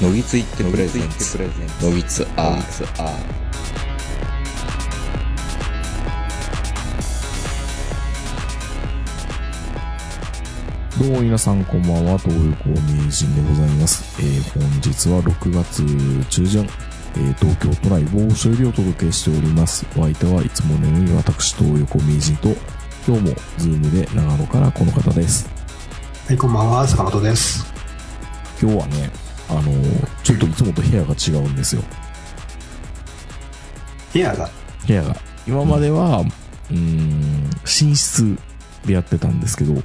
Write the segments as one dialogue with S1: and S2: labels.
S1: のぎついってプレゼン
S2: ツ
S1: ツのぎつアーツア
S3: どうも皆さんこんばんは、東横名人でございます。えー、本日は6月中旬、えー、東京都内某所よりお届けしております。お相手はいつものように私、東横名人と、今日もズームで長野からこの方です。
S4: はい、こんばんは、坂本です。
S3: 今日はね、あのーちょっといつもと部屋が違うんですよ。
S4: 部屋が、
S3: 部屋が。今までは、うーん、寝室でやってたんですけど、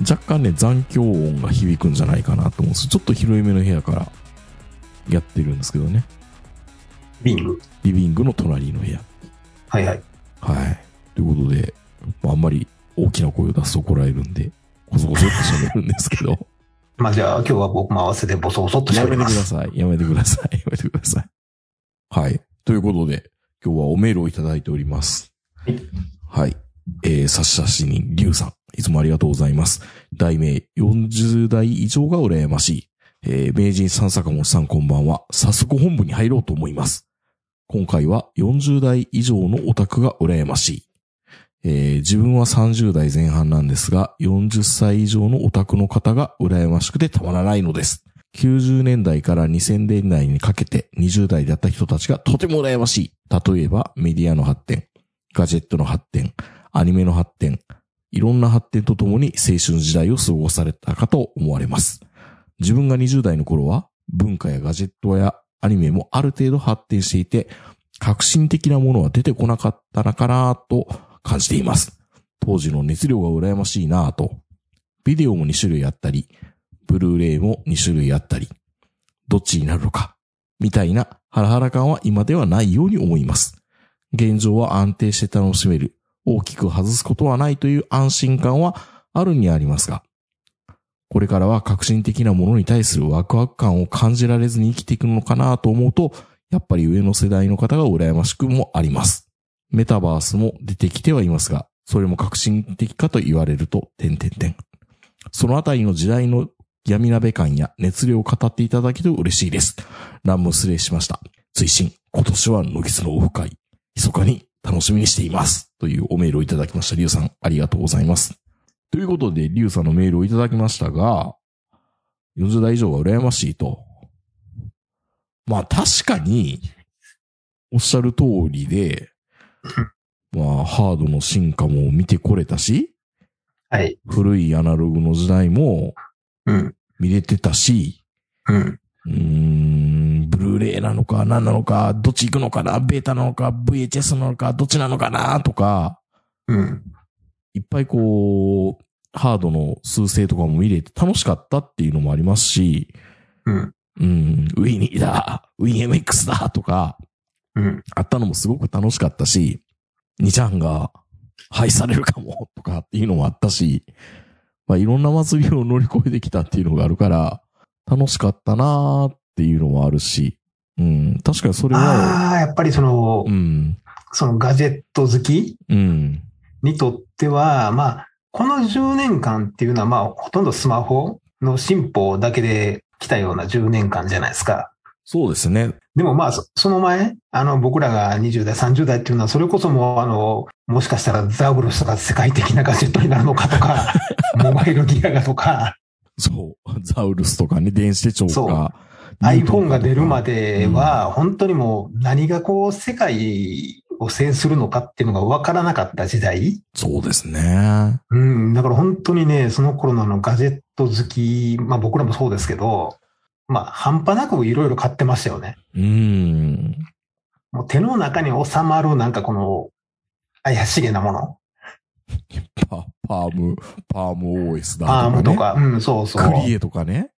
S3: 若干ね、残響音が響くんじゃないかなと思うんですちょっと広い目の部屋からやってるんですけどね。
S4: ビング。
S3: リビングの隣の部屋。
S4: はいはい。
S3: はい。ということで、まああんまり大きな声を出すと怒られるんで、こそこそって喋るんですけど、
S4: まあじゃあ、今日は僕も合わせてボソボソっとし
S3: や
S4: ゃ
S3: めて
S4: べり
S3: くだ
S4: ます。
S3: さい。やめてください。やめてください。はい。ということで、今日はおメールをいただいております。はい。えー、差し差し人、りゅうさん。いつもありがとうございます。題名、40代以上が羨ましい。えー、名人さん坂本さんこんばんは。早速本部に入ろうと思います。今回は40代以上のオタクが羨ましい。えー自分は30代前半なんですが、40歳以上のオタクの方が羨ましくてたまらないのです。90年代から2000年代にかけて20代だった人たちがとても羨ましい。例えばメディアの発展、ガジェットの発展、アニメの発展、いろんな発展とともに青春時代を過ごされたかと思われます。自分が20代の頃は文化やガジェットやアニメもある程度発展していて、革新的なものは出てこなかったのかなと感じています。当時の熱量が羨ましいなぁと。ビデオも2種類あったり、ブルーレイも2種類あったり、どっちになるのか、みたいなハラハラ感は今ではないように思います。現状は安定して楽しめる、大きく外すことはないという安心感はあるにありますが、これからは革新的なものに対するワクワク感を感じられずに生きていくのかなと思うと、やっぱり上の世代の方が羨ましくもあります。メタバースも出てきてはいますが、それも革新的かと言われると、点々点。そのあたりの時代の闇鍋感や熱量を語っていただけると嬉しいです。乱も失礼しました。追伸、今年はノギスのオフ会、密かに楽しみにしています。というおメールをいただきました。リュウさん、ありがとうございます。ということで、リュウさんのメールをいただきましたが、40代以上は羨ましいと。まあ確かに、おっしゃる通りで、まあハードの進化も見てこれたし、
S4: はい。
S3: 古いアナログの時代も
S4: うん。
S3: 見れてたし、
S4: うん。
S3: うーん、ブルーレイなのか何なのか、どっち行くのかな、ベータなのか、VHS なのか、どっちなのかな、とか、
S4: うん。
S3: いっぱいこう、ハードの数勢とかも見れて楽しかったっていうのもありますし、
S4: うん。
S3: うん、ウィニーだ、ウィン MX だとか、
S4: うん。
S3: あったのもすごく楽しかったし、2ちゃんが廃止されるかもとかっていうのもあったし、まあ、いろんな祭りを乗り越えてきたっていうのがあるから、楽しかったなーっていうのもあるし、うん、確かにそれは、
S4: ああ、やっぱりその、
S3: うん、
S4: そのガジェット好き
S3: うん、
S4: にとっては、まあ、この10年間っていうのは、まあ、ほとんどスマホの進歩だけで来たような10年間じゃないですか。
S3: そうですね。
S4: でもまあ、そその前、あの、僕らが20代、30代っていうのは、それこそもう、あの、もしかしたらザウルスとか世界的なガジェットになるのかとか、モバイルギアがとか、
S3: そう、ザウルスとかね、電子手帳とか。
S4: iPhone が出るま
S3: で。
S4: では、本当にもう何がこう、世界を制するのかっていうのが分からなかった時代。
S3: そうですね。
S4: うん、だから本当にね、その頃のあのガジェット好き、まあ僕らもそうですけど、まあ半端なくいろいろ買ってましたよね。
S3: うん。
S4: もう手の中に収まるなんかこの、怪しげなもの。
S3: パ、パーム、パーム OS だと
S4: パ
S3: か、
S4: ー
S3: ね。
S4: ムとか、うん、そうそう。
S3: クリエとかね。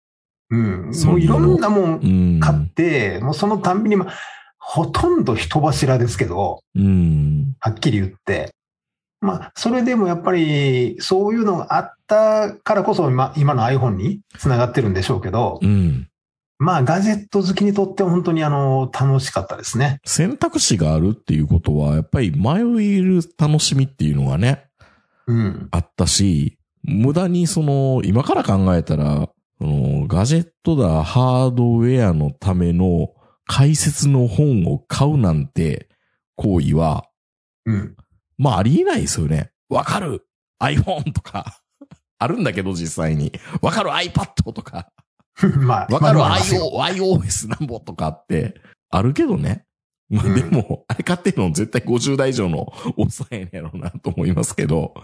S4: うん。
S3: そう
S4: もういろんなも
S3: うんん。
S4: 買って、もうそのたんびに、まあ、ほとんど人柱ですけど、
S3: うん。
S4: はっきり言って。まあ、それでもやっぱり、そういうのがあったからこそ今、今の iPhone に繋がってるんでしょうけど、
S3: うん。
S4: まあ、ガジェット好きにとっては本当にあの、楽しかったですね。
S3: 選択肢があるっていうことは、やっぱり迷える楽しみっていうのがね、
S4: うん。
S3: あったし、無駄にその、今から考えたら、その、ガジェットだ、ハードウェアのための解説の本を買うなんて行為は、
S4: うん。
S3: まあありえないですよね。わかる iPhone とか、あるんだけど実際に。わかる iPad とか、
S4: まあ、
S3: わかる
S4: まあまあそう
S3: IO iOS なんぼとかって、あるけどね。まあ
S4: うん
S3: でも、あれ買ってるの絶対50代以上のおっさんやねやろうなと思いますけど。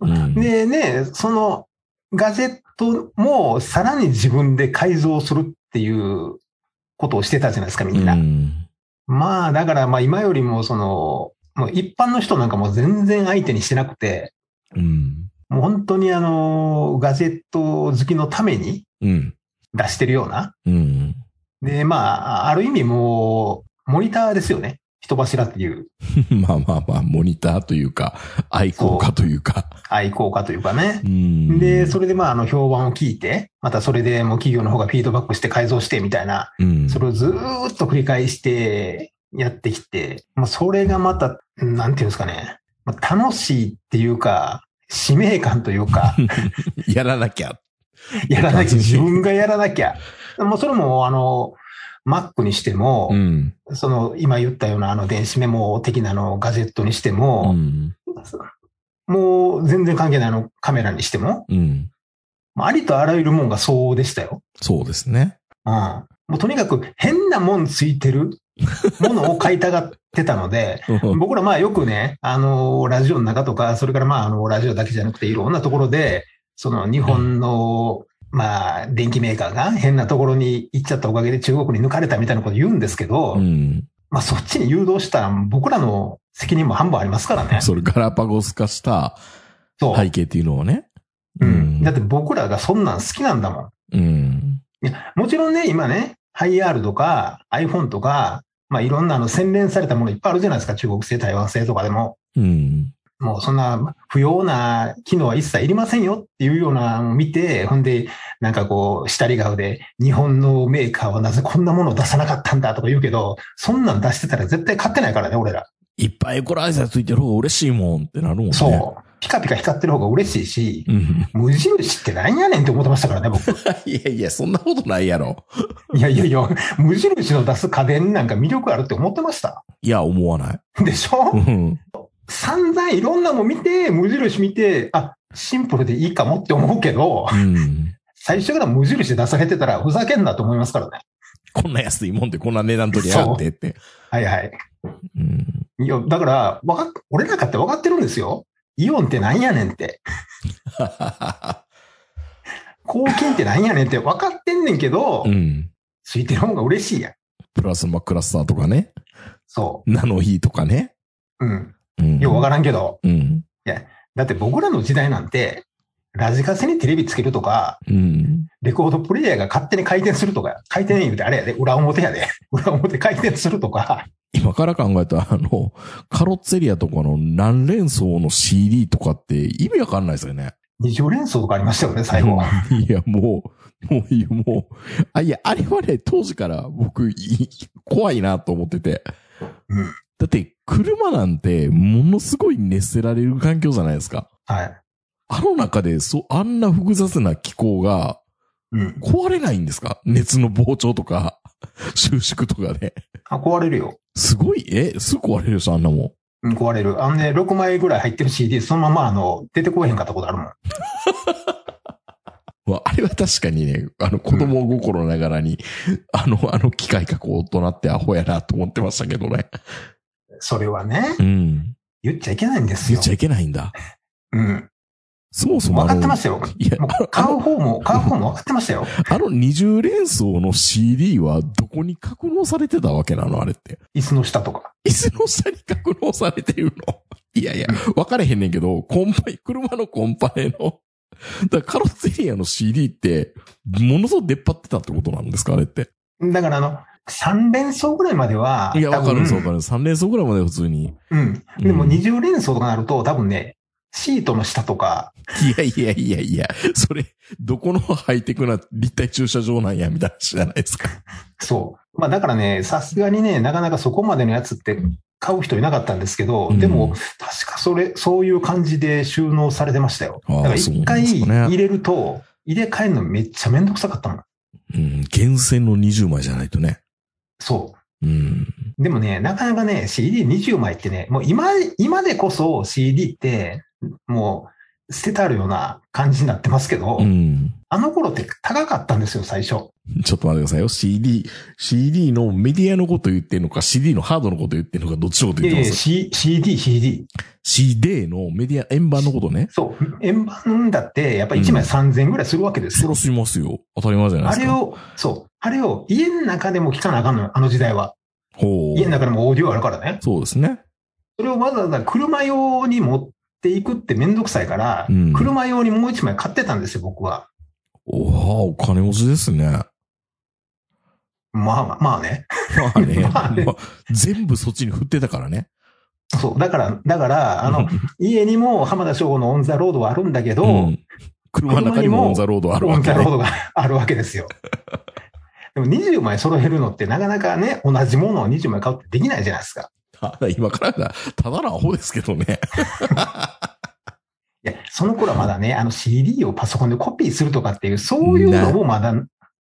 S3: うん。
S4: でね、そのガジェットもさらに自分で改造するっていうことをしてたじゃないですか、みんな。
S3: うん
S4: まあ、だから、まあ今よりも、その、もう一般の人なんかもう全然相手にしてなくて、
S3: うん。
S4: もう本当にあの、ガジェット好きのために
S3: うん。
S4: 出してるような。
S3: うん。
S4: で、まあ、ある意味もう、モニターですよね。人柱っていう
S3: まあまあまあ、モニターというか、愛好家というか。
S4: 愛好家というかね。
S3: うん
S4: で、それでまあ、あの、評判を聞いて、またそれでもう企業の方がフィードバックして改造してみたいな
S3: うん。
S4: それをずーっと繰り返してやってきて、まあ、それがまた、なんていうんですかね、まあ、楽しいっていうか、使命感という か、
S3: やらなきゃ。
S4: やらなき
S3: 楽
S4: ゃ、
S3: しい
S4: 自分がやらなきゃ。もうそれも、あの、Mac にしても、
S3: うん。
S4: その、今言ったような、あの、電子メモ的なの、ガジェットにして
S3: う
S4: も、
S3: ん。
S4: もう全然関係ないあの、カメラにしても、
S3: うん。
S4: まあありとあらゆるもんがそうでしたよ。
S3: そうですね。
S4: うん。もうとにかく変なもんついてるものを買いたがってたので、
S3: うん
S4: 僕らまあよくね、あの、ラジオの中とか、それからまあ、あの、ラジオだけじゃなくて、いろんなところで、その日本の、まあ、電機メーカーが変なところに行っちゃったおかげで中国に抜かれたみたいなこと言うんですけど、
S3: うん。
S4: まあそっちに誘導した僕らの責任も半分ありますからね。
S3: それガラパゴス化した
S4: そう。
S3: 背景っていうのはね。
S4: うんだって僕らがそんなん好きなんだもん。
S3: うん。
S4: もちろんね、今ね、ハイアールとか iPhone とか、まあいろんなあの洗練されたものいっぱいあるじゃないですか。中国製、台湾製とかでも。
S3: うん。
S4: もうそんな不要な機能は一切いりませんよっていうようなのを見て、ほんで、なんかこう、下り顔で、日本のメーカーはなぜこんなものを出さなかったんだとか言うけど、そんなん出してたら絶対買ってないからね、俺ら。
S3: いっぱいエコライザーついてる方が嬉しいもんってなるもんね。
S4: そう。ピカピカ光ってる方が嬉しいし、
S3: うん。
S4: 無印ってなんやねんって思ってましたからね、僕。
S3: いやいや、そんなことないやろ。
S4: いやいやいや、無印の出す家電なんか魅力あるって思ってました。
S3: いや、思わない。
S4: でし
S3: う
S4: ょ
S3: ん。
S4: 散々いろんなもん見て、無印見て、あ、シンプルでいいかもって思うけど、
S3: うん。
S4: 最初から無印で出されてたらふざけんなと思いますからね。
S3: こんな安いもんでこんな値段取りやがってって。
S4: はいはい。
S3: うん。
S4: いや、だから、わかっ、俺なんかって分かってるんですよ。イオンってなんやねん って。抗菌ってなんやねんって分かってんねんけど、
S3: うん。
S4: ついてる方が嬉しいやん。
S3: プラズマクラスターとかね。
S4: そ
S3: ナノヒーとかね。
S4: う。うん。
S3: うん。
S4: よう分からんけど。
S3: うん。
S4: だって僕らの時代なんて、ラジカセにテレビつけるとか、
S3: うん。
S4: レコードプレイヤーが勝手に回転するとか、回転言うてあれやで、裏表やで、 裏表回転するとか、
S3: 今から考えたら、あの、カロッツェリアとかの何連想の CD とかって意味わかんないですよね。
S4: 二重連想とかありましたよね、最後。
S3: うん いや、もう、もういい、もう。あ、いや、あれはね、当時から僕、いい 怖いなと思ってて。
S4: うん
S3: だって、車なんて、ものすごい熱せられる環境じゃないですか。
S4: はい。
S3: あの中で、そう、あんな複雑な気候が
S4: うん。
S3: 壊れないんですか熱の膨張とか、 収縮とかで。
S4: あ、壊れるよ。
S3: すごい、え、すぐ壊れるでしょ、あんなもん。
S4: うん、壊れる。あのね、6枚ぐらい入ってる CD、そのまま、あの、出てこうへんかったことあるもん。
S3: まあ、あれは確かにね、あの、子供心ながらに、あの、あの機械かこう、大人ってアホやなと思ってましたけどね。
S4: それはね、
S3: うん。
S4: 言っちゃいけないんです
S3: 言
S4: よ
S3: っち。ゃいけないんだ。
S4: うん。
S3: そもそも
S4: 分
S3: あ
S4: かって
S3: の
S4: ま、したよ。
S3: いや
S4: も、う買う 方も、買う方も分かってましたよ。
S3: あの二重連想の CD はどこに格納されてたわけなのあれって。
S4: 椅子の下とか。
S3: 椅子の下に格納されてるのいやいや、分かれへんねんけど、コンパイ、車のコンパネの、だからカロッツェリアの CD って、ものすごく出っ張ってたってことなんですかあれって。
S4: だから、あの、3連想ぐらいまでは、
S3: いや、
S4: 多
S3: わ
S4: 分
S3: かるんですわかるんです。3連想ぐらいまで普通に。
S4: うん。
S3: うん
S4: でも20連想とかなると、多分ね、シートの下とか、
S3: いやいやいやいや、それ、どこのハイテクな立体駐車場なんや、みたいな話じゃないですか。
S4: そう。まあだからね、さすがにね、なかなかそこまでのやつって買う人いなかったんですけど、で
S3: うん
S4: も、確かそれ、そういう感じで収納されてましたよ。
S3: あー
S4: だから一回
S3: そうなんですかね
S4: 入れると、入れ替えるのめっちゃめんどくさかったもん。
S3: うん、厳選の20枚じゃないとね。
S4: そ
S3: うん。
S4: う。でもね、なかなかね、CD20 枚ってね、もう今、今でこそ CD って、もう捨てたるような感じになってますけど、
S3: うん。
S4: あの頃って高かったんですよ、最初。
S3: ちょっと待ってくださいよ。CD、CD のメディアのこと言ってんのか、CD のハードのこと言ってんのか、どっちのこと
S4: い
S3: 言
S4: や
S3: っ
S4: い
S3: てま
S4: や、
S3: す
S4: C、CD、CD。
S3: CD のメディア、円盤のことね。
S4: そう。円盤だって、やっぱ1枚3000円ぐらいするわけです
S3: そ
S4: よ。
S3: らすいますよ。当たり前じゃないで
S4: あ
S3: すか。
S4: れを、そう。あれを家の中でも聞かなあかんのよ、あの時代は。
S3: ほう。
S4: 家の中でもオーディオあるからね。
S3: そうですね。
S4: それをわざわざ車用に持っていくってめんどくさいから、
S3: うん
S4: 車用にもう1枚買ってたんですよ、僕は。
S3: おおお金持ちですね。 ま
S4: まあまあ、まあね。
S3: あね。
S4: まあね
S3: まあ全部そっちに振ってたからね。
S4: そう。だから、だから、あの、家にも浜田省吾のオンザロードはあるんだけど、
S3: うん。車の中にもオンザロードあるわけ
S4: オンザロー
S3: ね。
S4: ドが あるわけですよ。でも20枚揃えるのってなかなかね、同じものを20枚買うってできないじゃないですか。
S3: ただ今からだ、ただのアホですけどね。
S4: いや、その頃はまだね、あの CD をパソコンでコピーするとかっていう、そういうのもまだ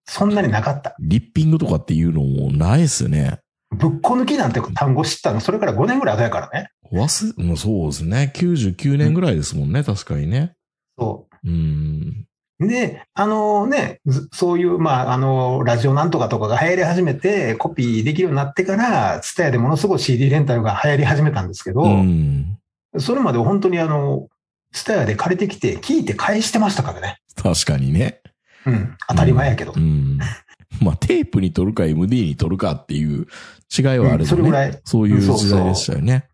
S4: そんなになかった。
S3: リッピングとかっていうのもないですね。
S4: ぶっこ抜きなんて単語知ったの、それから5年ぐらい後やからね。
S3: 忘れ、もうそうですね。99年ぐらいですもんね、確かにね。
S4: そう。
S3: うん。
S4: で、あのね、ずそういう、まあ、あの、ラジオなんとかとかが流行り始めて、コピーできるようになってから、ツタヤでものすごい CD レンタルが流行り始めたんですけど、
S3: うん。
S4: それまで本当にあの、ツタヤで借りてきて、聞いて返してましたからね。
S3: 確かにね。
S4: うん、当たり前やけど。
S3: うん。 まあ、テープに取るか MD に取るかっていう違いはあ
S4: うん
S3: る
S4: そ
S3: よ
S4: れぐ
S3: ね。
S4: らい。
S3: そういう時代でしたよね。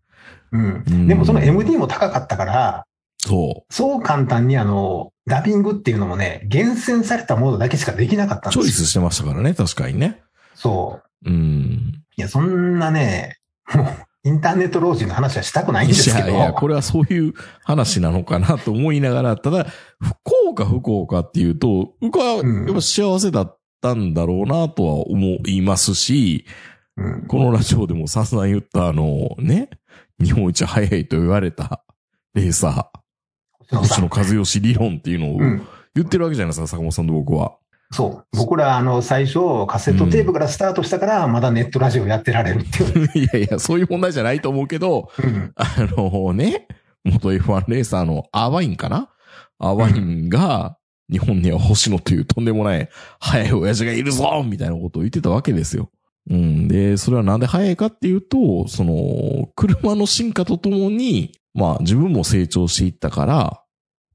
S4: うん
S3: う。ん
S4: でもその MD も高かったから、
S3: そう。
S4: そう簡単にあの、ダビングっていうのもね、厳選されたものだけしかできなかったんです
S3: チ
S4: よ。
S3: ョイスしてましたからね、確かにね。
S4: そう。
S3: うん。
S4: いや、そんなね、もう、インターネット老人の話はしたくないん
S3: い
S4: ですけど。
S3: やいや、これはそういう話なのかなと思いながら、ただ、不幸か不幸かっていうと、僕は
S4: うん
S3: やっぱ幸せだったんだろうなとは思いますし、
S4: うん
S3: このラジオでも散々言ったあの、ね、日本一早いと言われたレーサ
S4: 星
S3: ー、
S4: 野さ
S3: 星野
S4: ん
S3: 和義理論っていうのを
S4: うん。
S3: 言ってるわけじゃないですか、坂本さんと僕は。
S4: そう。僕ら、あの、最初、カセットテープからスタートしたから、まだネットラジオやってられるっていう。
S3: いやいや、そういう問題じゃないと思うけど、
S4: うん。
S3: あのね、元 F1 レーサーのアーワインかなアーワインが、日本には星野というとんでもない早い親父がいるぞみたいなことを言ってたわけですよ。うん。で、それはなんで早いかっていうと、その、車の進化とともに、まあ自分も成長していったから、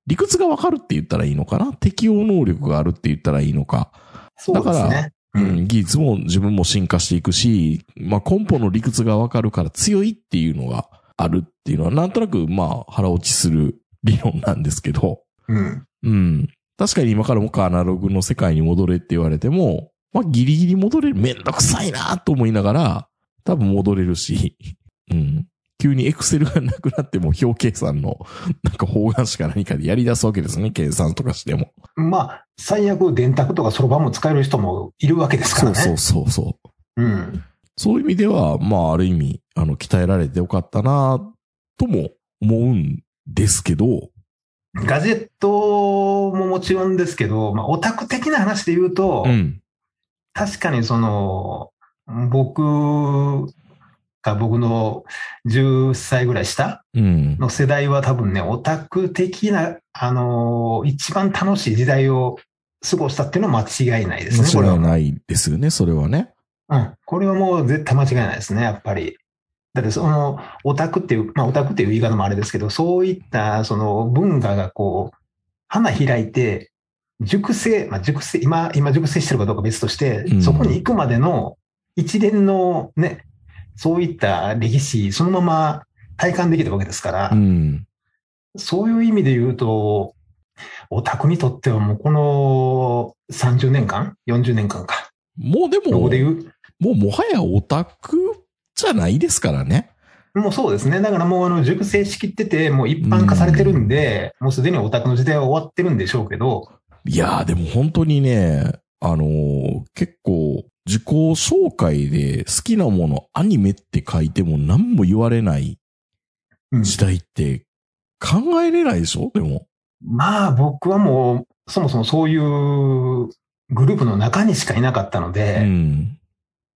S3: 理屈がわかるって言ったらいいのかな適応能力があるって言ったらいいのか。
S4: そうですね。
S3: う
S4: うん
S3: ん、技術も自分も進化していくし、まあ、根本の理屈がわかるから強いっていうのがあるっていうのは、なんとなく、まあ、腹落ちする理論なんですけど、
S4: うん。
S3: うん。確かに今からもっかアナログの世界に戻れって言われても、まあ、ギリギリ戻れる。めんどくさいなと思いながら、多分戻れるし、 うん。急にエクセルがなくなっても表計算の、なんか方眼紙か何かでやり出すわけですね。計算とかしても。
S4: まあ、最悪、電卓とかそろばんも使える人もいるわけですから
S3: そう
S4: ね。
S3: そうそうそう。
S4: うん。
S3: そういう意味では、まあ、ある意味、あの、鍛えられてよかったな、とも思うんですけど、
S4: ガジェットももちろんですけど、まあ、オタク的な話で言うと、
S3: ん。
S4: 確かにその、僕が僕の10歳ぐらい下
S3: うん。
S4: の世代は多分ね、オタク的な、あのー一番楽しい時代を過ごしたっていうのは間違いないですね、これ
S3: 間違い
S4: は。
S3: ないですよね、それはね。
S4: うん。これはもう絶対間違いないですね、やっぱり。だってその、オタクっていう、まあオタクっていう言い方もあれですけど、そういったその文化がこう、花開いて、熟成、まあ熟成、今、今熟成してるかどうか別として
S3: う、ん
S4: そこに行くまでの一連のね、そういった歴史、そのまま体感できるわけですから、
S3: うん。
S4: そういう意味で言うと、オタクにとってはもうこの30年間 ?40 年間か。
S3: もうで
S4: ど
S3: も、
S4: こで
S3: も
S4: 言う
S3: うもはやオタクじゃないですからね。
S4: もうそうですね。だからもうあの熟成しきってて、もう一般化されてるんで、もうすでにオタクの時代は終わってるんでしょうけど、
S3: いやー、でも本当にね、あのー結構、自己紹介で好きなもの、アニメって書いても何も言われない
S4: うん
S3: 時代って考えれないでしょでも。
S4: まあ僕はもそもそもそういうグループの中にしかいなかったので、
S3: うん。。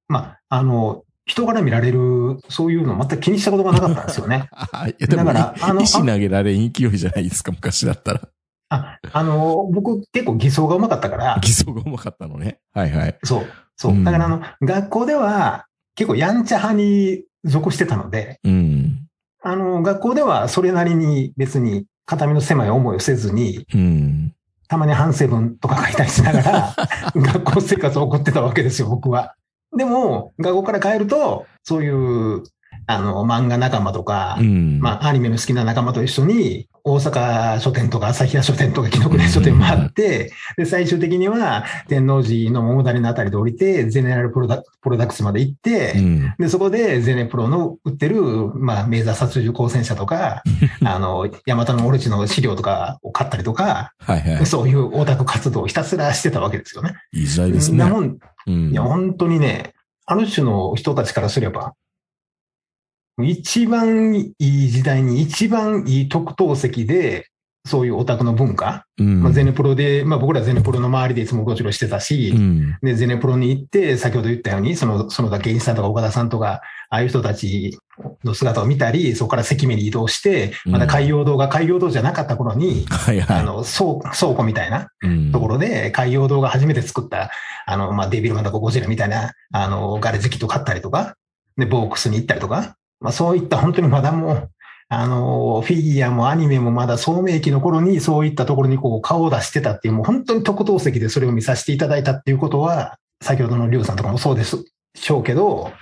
S4: まあ、あの、人から見られる、そういうの全く気にしたことがなかったんですよね
S3: あいや、でも、
S4: だからあの
S3: 石投げられん勢いじゃないですか、昔だったら。
S4: あ、あの、僕結構偽装がうまかったから、
S3: 偽装がうまかったのね。はいはい。
S4: そう、そうう。
S3: ん
S4: だからあの、学校では結構やんちゃ派に属してたので、
S3: うん。
S4: あの、学校ではそれなりに別に片身の狭い思いをせずに、
S3: うん。
S4: たまに反省文とか書いたりしな がら、学校生活を送ってたわけですよ、僕は。でも、学校から帰ると、そういう、あの、漫画仲間とか
S3: う、ん。
S4: まあ、アニメの好きな仲間と一緒に、大阪書店とか旭屋書店とか紀ノ国屋書店もあって、で、最終的には天王寺の桃谷のあたりで降りて、ゼネラルプロダプロダクツまで行って、
S3: うん。
S4: で、そこでゼネプロの売ってる、まあ、メーザー殺獣光戦車 とか、あの、ヤマタのオルチの資料とかを買ったりとか、
S3: はいは
S4: そういうオタク活動をひたすらしてたわけですよね。
S3: い。いい時代です
S4: ん
S3: ね
S4: な。もん、
S3: うん
S4: いや、本当にね、ある種の人たちからすれば、一番いい時代に一番いい特等席で、そういうオタクの文化、
S3: うん
S4: まあ、ゼネプロで、まあ僕らゼネプロの周りでいつもうろちょろしてたし、
S3: うん。
S4: で、ゼネプロに行って、先ほど言ったように、その、その他芸人さんとか岡田さんとか、ああいう人たちの姿を見たり、そこから関目に移動して、また海洋堂が海洋堂じゃなかった頃に、
S3: はい
S4: あ
S3: は
S4: の、倉倉庫みたいな、
S3: い。うん
S4: ところで、海洋堂が初めて作った、あの、まあ、デビルマンとかゴジラみたいな、あの、ガレジキット買ったりとか、で、ボークスに行ったりとか、まあ、そういった本当にまだもう、あの、フィギュアもアニメもまだ聡明期の頃にそういったところにこう顔を出してたっていう、もう本当に特等席でそれを見させていただいたっていうことは、先ほどのリュウさんとかもそうです、しょうけど、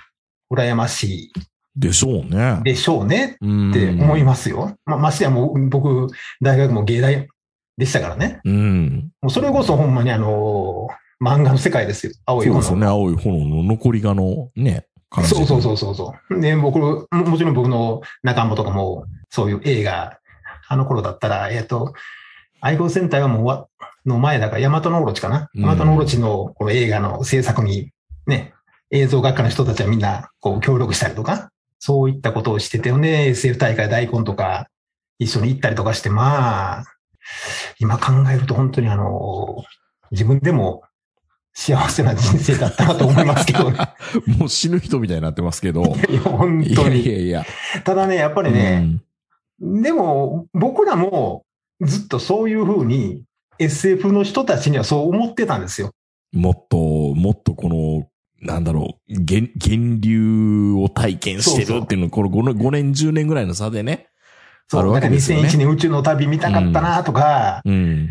S4: 羨まし
S3: でしょうね
S4: い。でしょうね
S3: うん
S4: って思いますよ。まあ、ましてやもう僕、大学も芸大でしたからね。
S3: うん。
S4: もうそれこそほんまにあのー漫画の世界ですよ。青い
S3: そう
S4: 炎
S3: ですよね。青い炎の残りがのね、感じ。
S4: そうそうそうそうそう。で、僕、ももちろん僕の仲間とかも、そういう映画、あの頃だったら、えっ、と、愛好戦隊はもう終わの前だから、ヤマトのオロチかな。
S3: うん
S4: ヤマトのオロチのこの映画の制作に、ね、映像学科の人たちはみんな、こう、協力したりとか、そういったことをしててよね、SF 大会大根とか、一緒に行ったりとかして、まあ、今考えると本当にあの、自分でも幸せな人生だったなと思いますけどね。
S3: もう死ぬ人みたいになってますけど。
S4: いや、本
S3: い
S4: 当
S3: や
S4: に。
S3: いやいや。
S4: ただね、やっぱりね、でも僕らもずっとそういうふうに SF の人たちにはそう思ってたんですよ。
S3: うんもっと、もっとこの、なんだろう、源源流を体験して
S4: そう
S3: る
S4: そう
S3: っていうの、この 5, 年、10年ぐらいの差でね。
S4: そ
S3: ある
S4: う、
S3: わ
S4: な
S3: け
S4: んか
S3: ですよね
S4: 2001年宇宙の旅見たかったなとか、
S3: うん。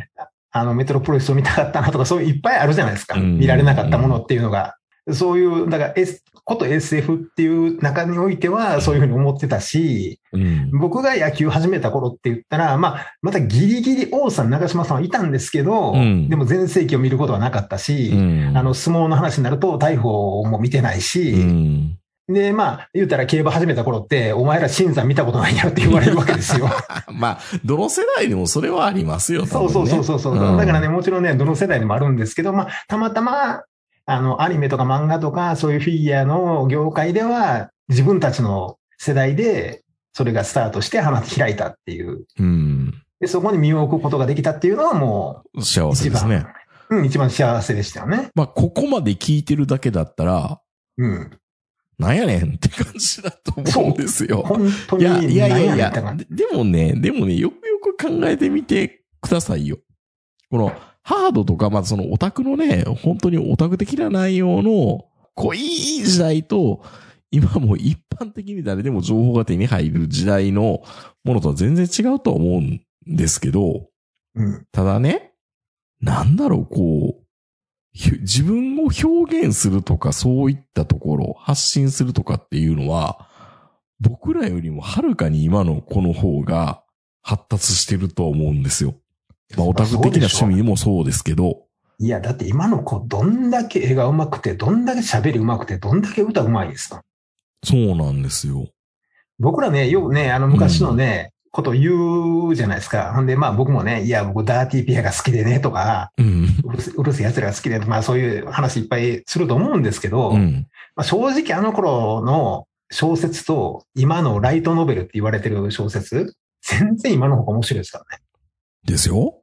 S4: あのメトロプロリスを見たかったなとか、そういういっぱいあるじゃないですか。
S3: うん
S4: 見られなかったものっていうのが。そういう、だから、S、こと SF っていう中においては、そういうふうに思ってたし、
S3: うん。
S4: 僕が野球始めた頃って言ったら、まあ、またギリギリ王さん、長嶋さんはいたんですけど、
S3: うん
S4: でも全盛期を見ることはなかったし、
S3: うん
S4: あの、相撲の話になると、大鵬も見てないうし、
S3: ん。
S4: で、まあ、言うたら競馬始めた頃って、お前ら新山見たことないやろって言われるわけですよ。
S3: まあ、どの世代でも それはありますよ、
S4: そうそうそう
S3: う。
S4: そうそう。
S3: ん
S4: だからね、もちろんね、どの世代でもあるんですけど、まあ、たまたま、あの、アニメとか漫画とか、そういうフィギュアの業界では、自分たちの世代で、それがスタートして花開いたっていう。
S3: うん。
S4: で、そこに身を置くことができたっていうのはも
S3: 幸せですね。
S4: う、うん、一番幸せでしたよね。
S3: まあ、ここまで聞いてるだけだったら、
S4: うん。
S3: なんやねんって感じだと思うんですよ。
S4: 本当
S3: い
S4: に
S3: や、
S4: 何
S3: いやいや
S4: ねん
S3: い
S4: って
S3: や
S4: 感じ、
S3: でもね、でもね、よくよく考えてみてくださいよ。この、ハードとか、まあ、そのオタクのね、本当にオタク的な内容の濃い時代と、今もう一般的に誰でも情報が手に入る時代のものとは全然違うとは思うんですけど、
S4: うん。
S3: ただね、なんだろう、こう、ひ自分を表現するとか、そういったところ、発信するとかっていうのは、僕らよりもはるかに今のこの方が発達してると思うんですよ。まあ、オタク的な趣味もそうですけど、
S4: いや、だって今の子、どんだけ絵が上手くて、どんだけ喋り上手くて、どんだけ歌上手いですか
S3: そうなんですよ。
S4: 僕らね、よくね、あの昔のね、ことを言うじゃないですか。ほんで、まあ僕もね、いや、僕ダーティーピアが好きでね、とか、
S3: うん。
S4: うるせうるせえ奴らが好きで、まあそういう話いっぱいすると思うんですけど、
S3: うん。
S4: まあ、正直あの頃の小説と今のライトノベルって言われてる小説、全然今の方が面白いですからね。
S3: ですよ。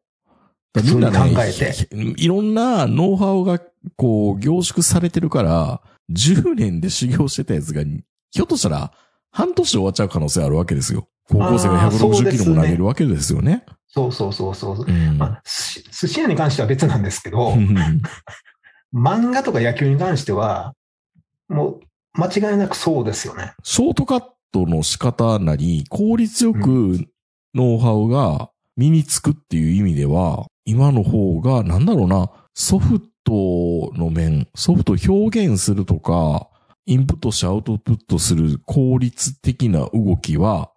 S3: だからみんなね
S4: 普通に考
S3: いろんなノウハウがこう凝縮されてるから、10年で修行してたやつが、ひょっとしたら半年で終わっちゃう可能性あるわけですよ。高校生が
S4: あーそう
S3: 160
S4: で
S3: キ
S4: す
S3: ロ
S4: ね
S3: も投げるわけですよね。
S4: そうそうそうそう。
S3: うん
S4: まあ、寿司寿司屋に関しては別なんですけど、漫画とか野球に関しては、もう間違いなくそうですよね。
S3: ショートカットの仕方なり、効率よくノウハウが身につくっていう意味では、今の方が、なんだろうな、ソフトの面、ソフトを表現するとか、インプットしてアウトプットする効率的な動きは、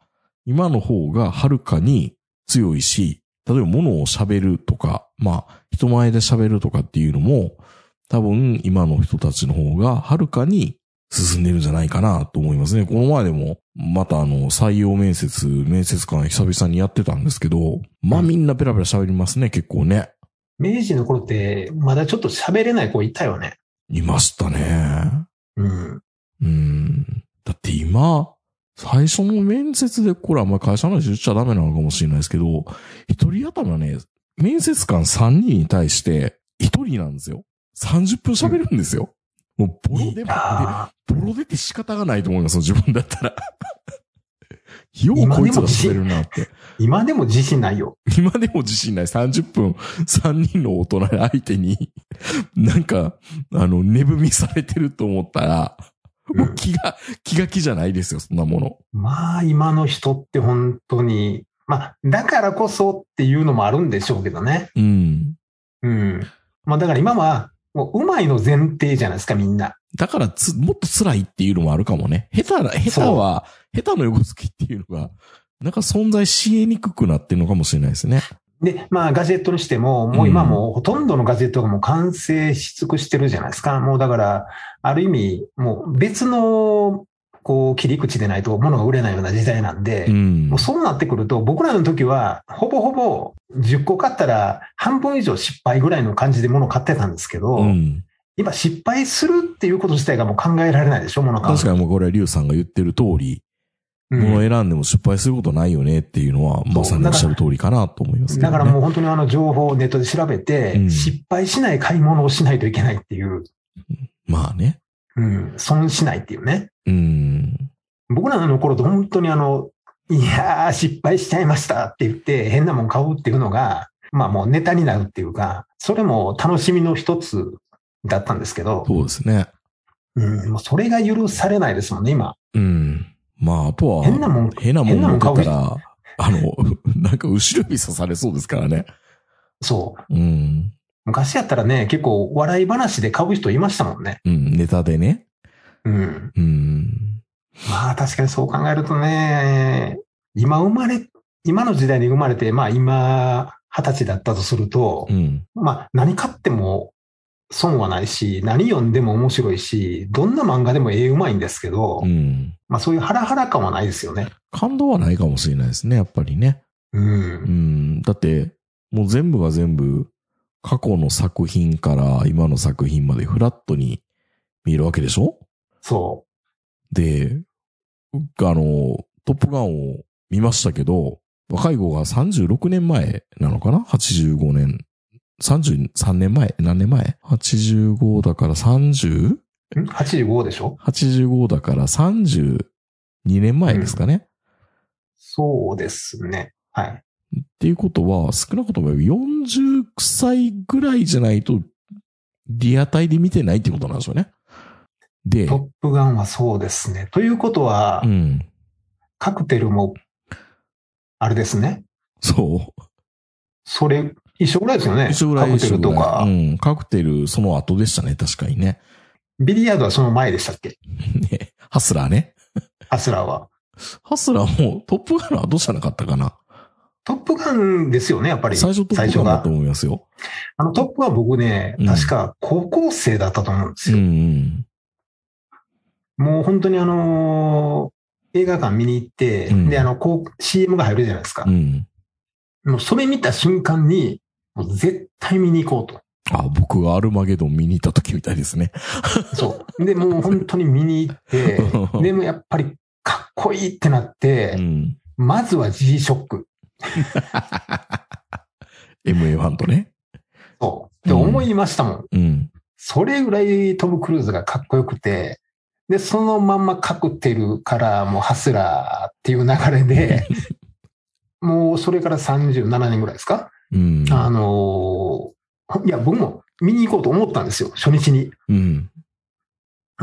S3: 今の方がはるかに強いし、例えば物を喋るとか、まあ、人前で喋るとかっていうのも、多分今の人たちの方がはるかに進んでるんじゃないかなと思いますね。この前でも、またあの、採用面接、面接官久々にやってたんですけど、まあみんなペラペラ喋りますね、結構ね。
S4: 明治の頃って、まだちょっと喋れない子いたよね。
S3: いましたね。
S4: うん。
S3: うん。だって今、最初の面接で、これあんまり会社の話言っちゃダメなのかもしれないですけど、一人頭ね、面接官3人に対して、一人なんですよ。30分喋るんですよ。もうボロ
S4: い
S3: 出
S4: い
S3: ま
S4: な
S3: ボロ出て仕方がないと思いますよ、自分だった ら。ようこいつら喋るなって。
S4: 今でも自信ないよ。
S3: 今でも自信ない。30分、3人の大人相手に、なんか、あの、寝踏みされてると思ったら、もう気が、気が気じゃないですよ、そんなもの。
S4: まあ、今の人って本当に、まあ、だからこそっていうのもあるんでしょうけどね。
S3: うん。
S4: うん。まあ、だから今は、もう、うまいの前提じゃないですか、みんな。
S3: だからつ、もっと辛いっていうのもあるかもね。下手な、下手は、下手の横付きっていうのが、なんか存在しえにくくなってるのかもしれないですね。
S4: で、まあ、ガジェットにしても、もう今もうほとんどのガジェットがもう完成し尽くしてるじゃないですか。もうだから、ある意味、もう別の、こう、切り口でないと物が売れないような時代なんで、
S3: うん
S4: もう。そうなってくると、僕らの時は、ほぼほぼ10個買ったら半分以上失敗ぐらいの感じで物を買ってたんですけど、
S3: うん。
S4: 今失敗するっていうこと自体がもう考えられないでしょ、物買う。
S3: 確かにもうこれはリュウさんが言ってる通り、
S4: うん
S3: ものを選んでも失敗することないよねっていうのは、まさにおっしゃる通りかなと思いますけど、
S4: だ
S3: ね。
S4: からもう本当にあの情報をネットで調べて、
S3: うん
S4: 失敗しない買い物をしないといけないっていう、
S3: まあね。
S4: うん、損しないっていうね。
S3: うん。
S4: 僕らの頃と本当にあの、いやー、失敗しちゃいましたって言って、変なもん買うっていうのが、まあもうネタになるっていうか、それも楽しみの一つだったんですけど、
S3: そうですね。
S4: うん、もうそれが許されないですもんね、今。
S3: うん。まあ、あとは、
S4: 変なもん
S3: 変なもん
S4: 変なもん
S3: 持って
S4: 買う人
S3: たら、あの、 なんか後ろ指刺されそうですからね。
S4: そう。
S3: うん。
S4: 昔やったらね、結構笑い話で買う人いましたもんね。
S3: うん、ネタでね。
S4: うん。
S3: うん。
S4: まあ確かにそう考えるとね、今生まれ、今の時代に生まれて、まあ今、二十歳だったとすると
S3: う、ん。
S4: まあ何買っても損はないし、何読んでも面白いし、どんな漫画でも絵うまいんですけど、
S3: うん。
S4: まあそういうハラハラ感はないですよね。
S3: 感動はないかもしれないですね、やっぱりね。
S4: う。
S3: うんん。だって、もう全部が全部、過去の作品から今の作品までフラットに見えるわけでしょ
S4: そ
S3: で、僕あの、トップガンを見ましたけど、若い子が36年前なのかな ?85 年。33年前何年前 ?85 だから 30?85
S4: う。ん ?85 でしょ
S3: だから32年前ですかね、
S4: そうですね。はい。
S3: っていうことは、少なくとも40歳ぐらいじゃないと、リアタイで見てないってことなんですよね。で、
S4: トップガンはそうですね。ということは、
S3: うん。
S4: カクテルも、あれですね。
S3: そう。
S4: それ、一緒ぐらいですよね。
S3: 一緒ぐらい
S4: カクテルとか、
S3: 一緒ぐらいうん、カクテル、その後でしたね、確かにね。
S4: ビリヤードはその前でしたっけ
S3: ねハスラーね。
S4: ハスラーは。
S3: ハスラーもトップガンの後じゃなかったかな。
S4: トップガンですよね、やっぱり。
S3: 最初トッ
S4: 最
S3: プガンだ
S4: 初が
S3: と。思いますよ。
S4: あのトップは僕ね
S3: うん、
S4: 確か高校生だったと思うんです
S3: うん
S4: よ。
S3: うん。
S4: もう本当にあのー映画館見に行って、
S3: うん
S4: で、あの、こう、CM が入るじゃないですか
S3: う。ん。
S4: もうそれ見た瞬間に、もう絶対見に行こう
S3: あ、僕がアルマゲドン見に行った時みたいですね。
S4: と。 そう。で、もう本当に見に行って、でもやっぱりかっこいいってなって、
S3: うん。
S4: まずは G ショック。
S3: MA ファンとね。
S4: そう。って思いましたもん。
S3: うん。
S4: それぐらいトム・クルーズがかっこよくて、で、そのまんまカクテルからもうハスラーっていう流れで、もうそれから37年ぐらいですか、
S3: うん。
S4: あのーいや、僕も見に行こうと思ったんですよ、初日に。
S3: うん。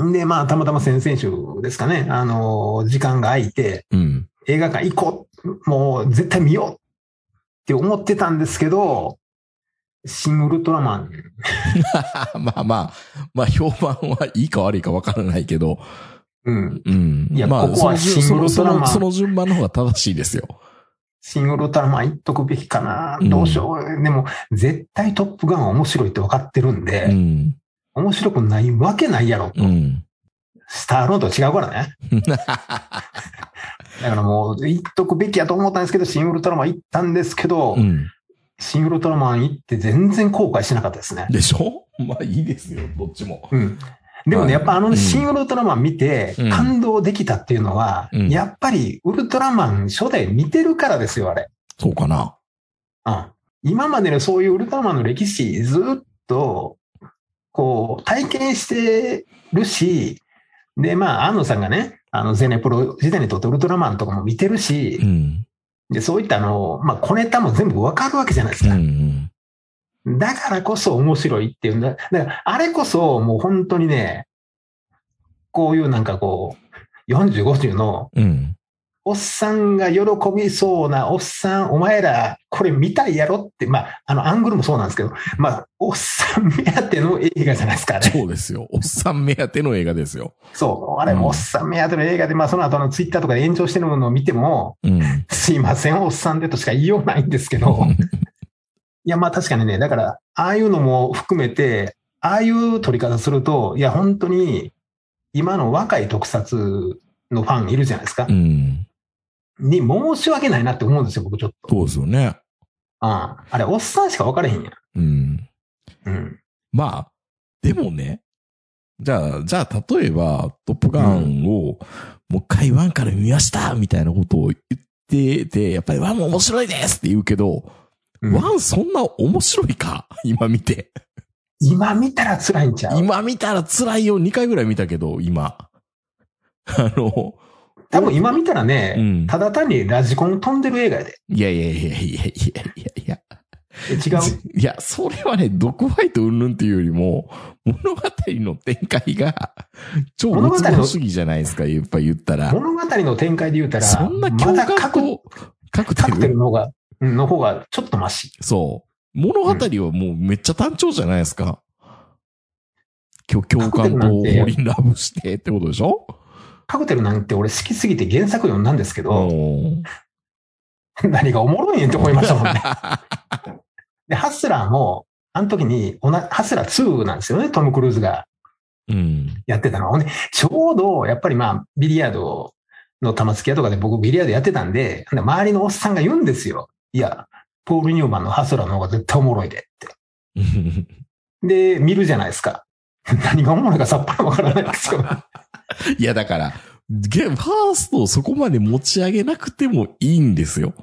S4: んで、まあ、たまたま先々週ですかね、あのー時間が空いて、
S3: うん。
S4: 映画館行こうもう絶対見ようって思ってたんですけど、シン・ウルトラマン
S3: まあまあ、まあ評判はいいか悪いかわからないけど、
S4: うん。
S3: うん。
S4: いや
S3: まあ、
S4: ここは
S3: そのそのそ
S4: シングルドラ
S3: の
S4: マ
S3: その順番の方が正しいですよ。
S4: シン・ウルトラマン言っとくべきかな。
S3: うん
S4: どうしよう。でも、絶対トップガンは面白いって分かってるんで、
S3: うん。
S4: 面白くないわけないやろ。
S3: うん。
S4: スターローンとは違うからね。 だからもう、言っとくべきやと思ったんですけど、シン・ウルトラマン行ったんですけど、
S3: うん。
S4: シン・ウルトラマン行って全然後悔しなかったですね。
S3: でしょ まあいいですよ、どっちも。
S4: うん。でも
S3: はい
S4: ね、やっぱあ
S3: う
S4: の
S3: ん
S4: シン・ウルトラマン見て
S3: うん
S4: 感動できたっていうのは、
S3: うん
S4: やっぱりウルトラマン初代見てるからですよ、あれ。
S3: そうかな。
S4: うん。今までのそういうウルトラマンの歴史ずっと、こう、体験してるし、で、まあ、安野さんがね、あの、ゼネプロ時代にとってウルトラマンとかも見てる
S3: う
S4: し、
S3: ん。
S4: で、そういったあの、まあ、小ネタも全部わかるわけじゃないです
S3: う
S4: か。
S3: ん。
S4: だからこそ面白いっていうんだ。だから、あれこそもう本当にね、こういうなんかこう、40、50の、
S3: うん。
S4: おっさんが喜びそうな、おっさん、お前ら、これ見たいやろって、まあ、あの、アングルもそうなんですけど、まあ、おっさん目当ての映画じゃないですか、あ れ
S3: そうですよ。おっさん目当ての映画ですよ。
S4: そう、あれもおっさん目当ての映画で、まあ、その後のツイッターとかで炎上してるものを見ても、
S3: うん。
S4: すいません、おっさんでとしか言いようないんです けど、いや、まあ確かにね、だから、ああいうのも含めて、ああいう撮り方すると、いや、本当に、今の若い特撮のファンいるじゃないですか
S3: う。ん。
S4: に申し訳ないなって思うんですよ、僕ちょっと。
S3: そうですよね。
S4: うん。あれ、おっさんしか分かれへんやん。
S3: うん。
S4: うん。
S3: まあ、でもね、じゃあ、じゃあ、例えば、トップガンを、もう一回ワンから見ましたみたいなことを言ってて、やっぱりワンも面白いですって言うけど、
S4: うん
S3: ワンそんな面白いか今見て。
S4: 今見たら辛いんちゃう
S3: 今見たら辛いよ。2回ぐらい見たけど、今。あの、
S4: 多分今見たら
S3: う
S4: ね、
S3: ん。
S4: ただ単にラジコン飛んでる映画やで。
S3: いやいやいやいやいやいやいや。
S4: え違う。
S3: いや、それはね、毒ファイト云々っていうよりも、物語の展開が、超
S4: 物語
S3: ご
S4: の
S3: 都合主義じゃないですか、やっぱ言ったら。
S4: 物語の展開で言うたら、
S3: そんな
S4: ま
S3: 驚
S4: だカ
S3: 愕
S4: ク
S3: とカクテ
S4: カ
S3: ル
S4: クテルの方が、うんの方がちょっとマシ。
S3: そう。物語はもうめっちゃ単調じゃないですか。今日、共感とホリンラブしてってことでしょ
S4: カクテルなんて俺好きすぎて原作読んだんですけ
S3: う
S4: ど、
S3: ん。
S4: 何がおもろいねんって思いまし たもんね。で、ハスラーも、あの時におな、ハスラー2なんですよね、トム・クルーズが
S3: うん。
S4: やってたの。ほんでちょうど、やっぱりまあ、ビリヤードの玉突き屋とかで僕ビリヤードやってたんで、ほんで周りのおっさんが言うんですよ。いや、ポール・ニューマンのハスラーの方が絶対おもろいでって。で、見るじゃないですか。 何がおもろいかさっぱりわからないですよ。
S3: いや、だから、ゲファーストをそこまで持ち上げなくてもいいんですよ。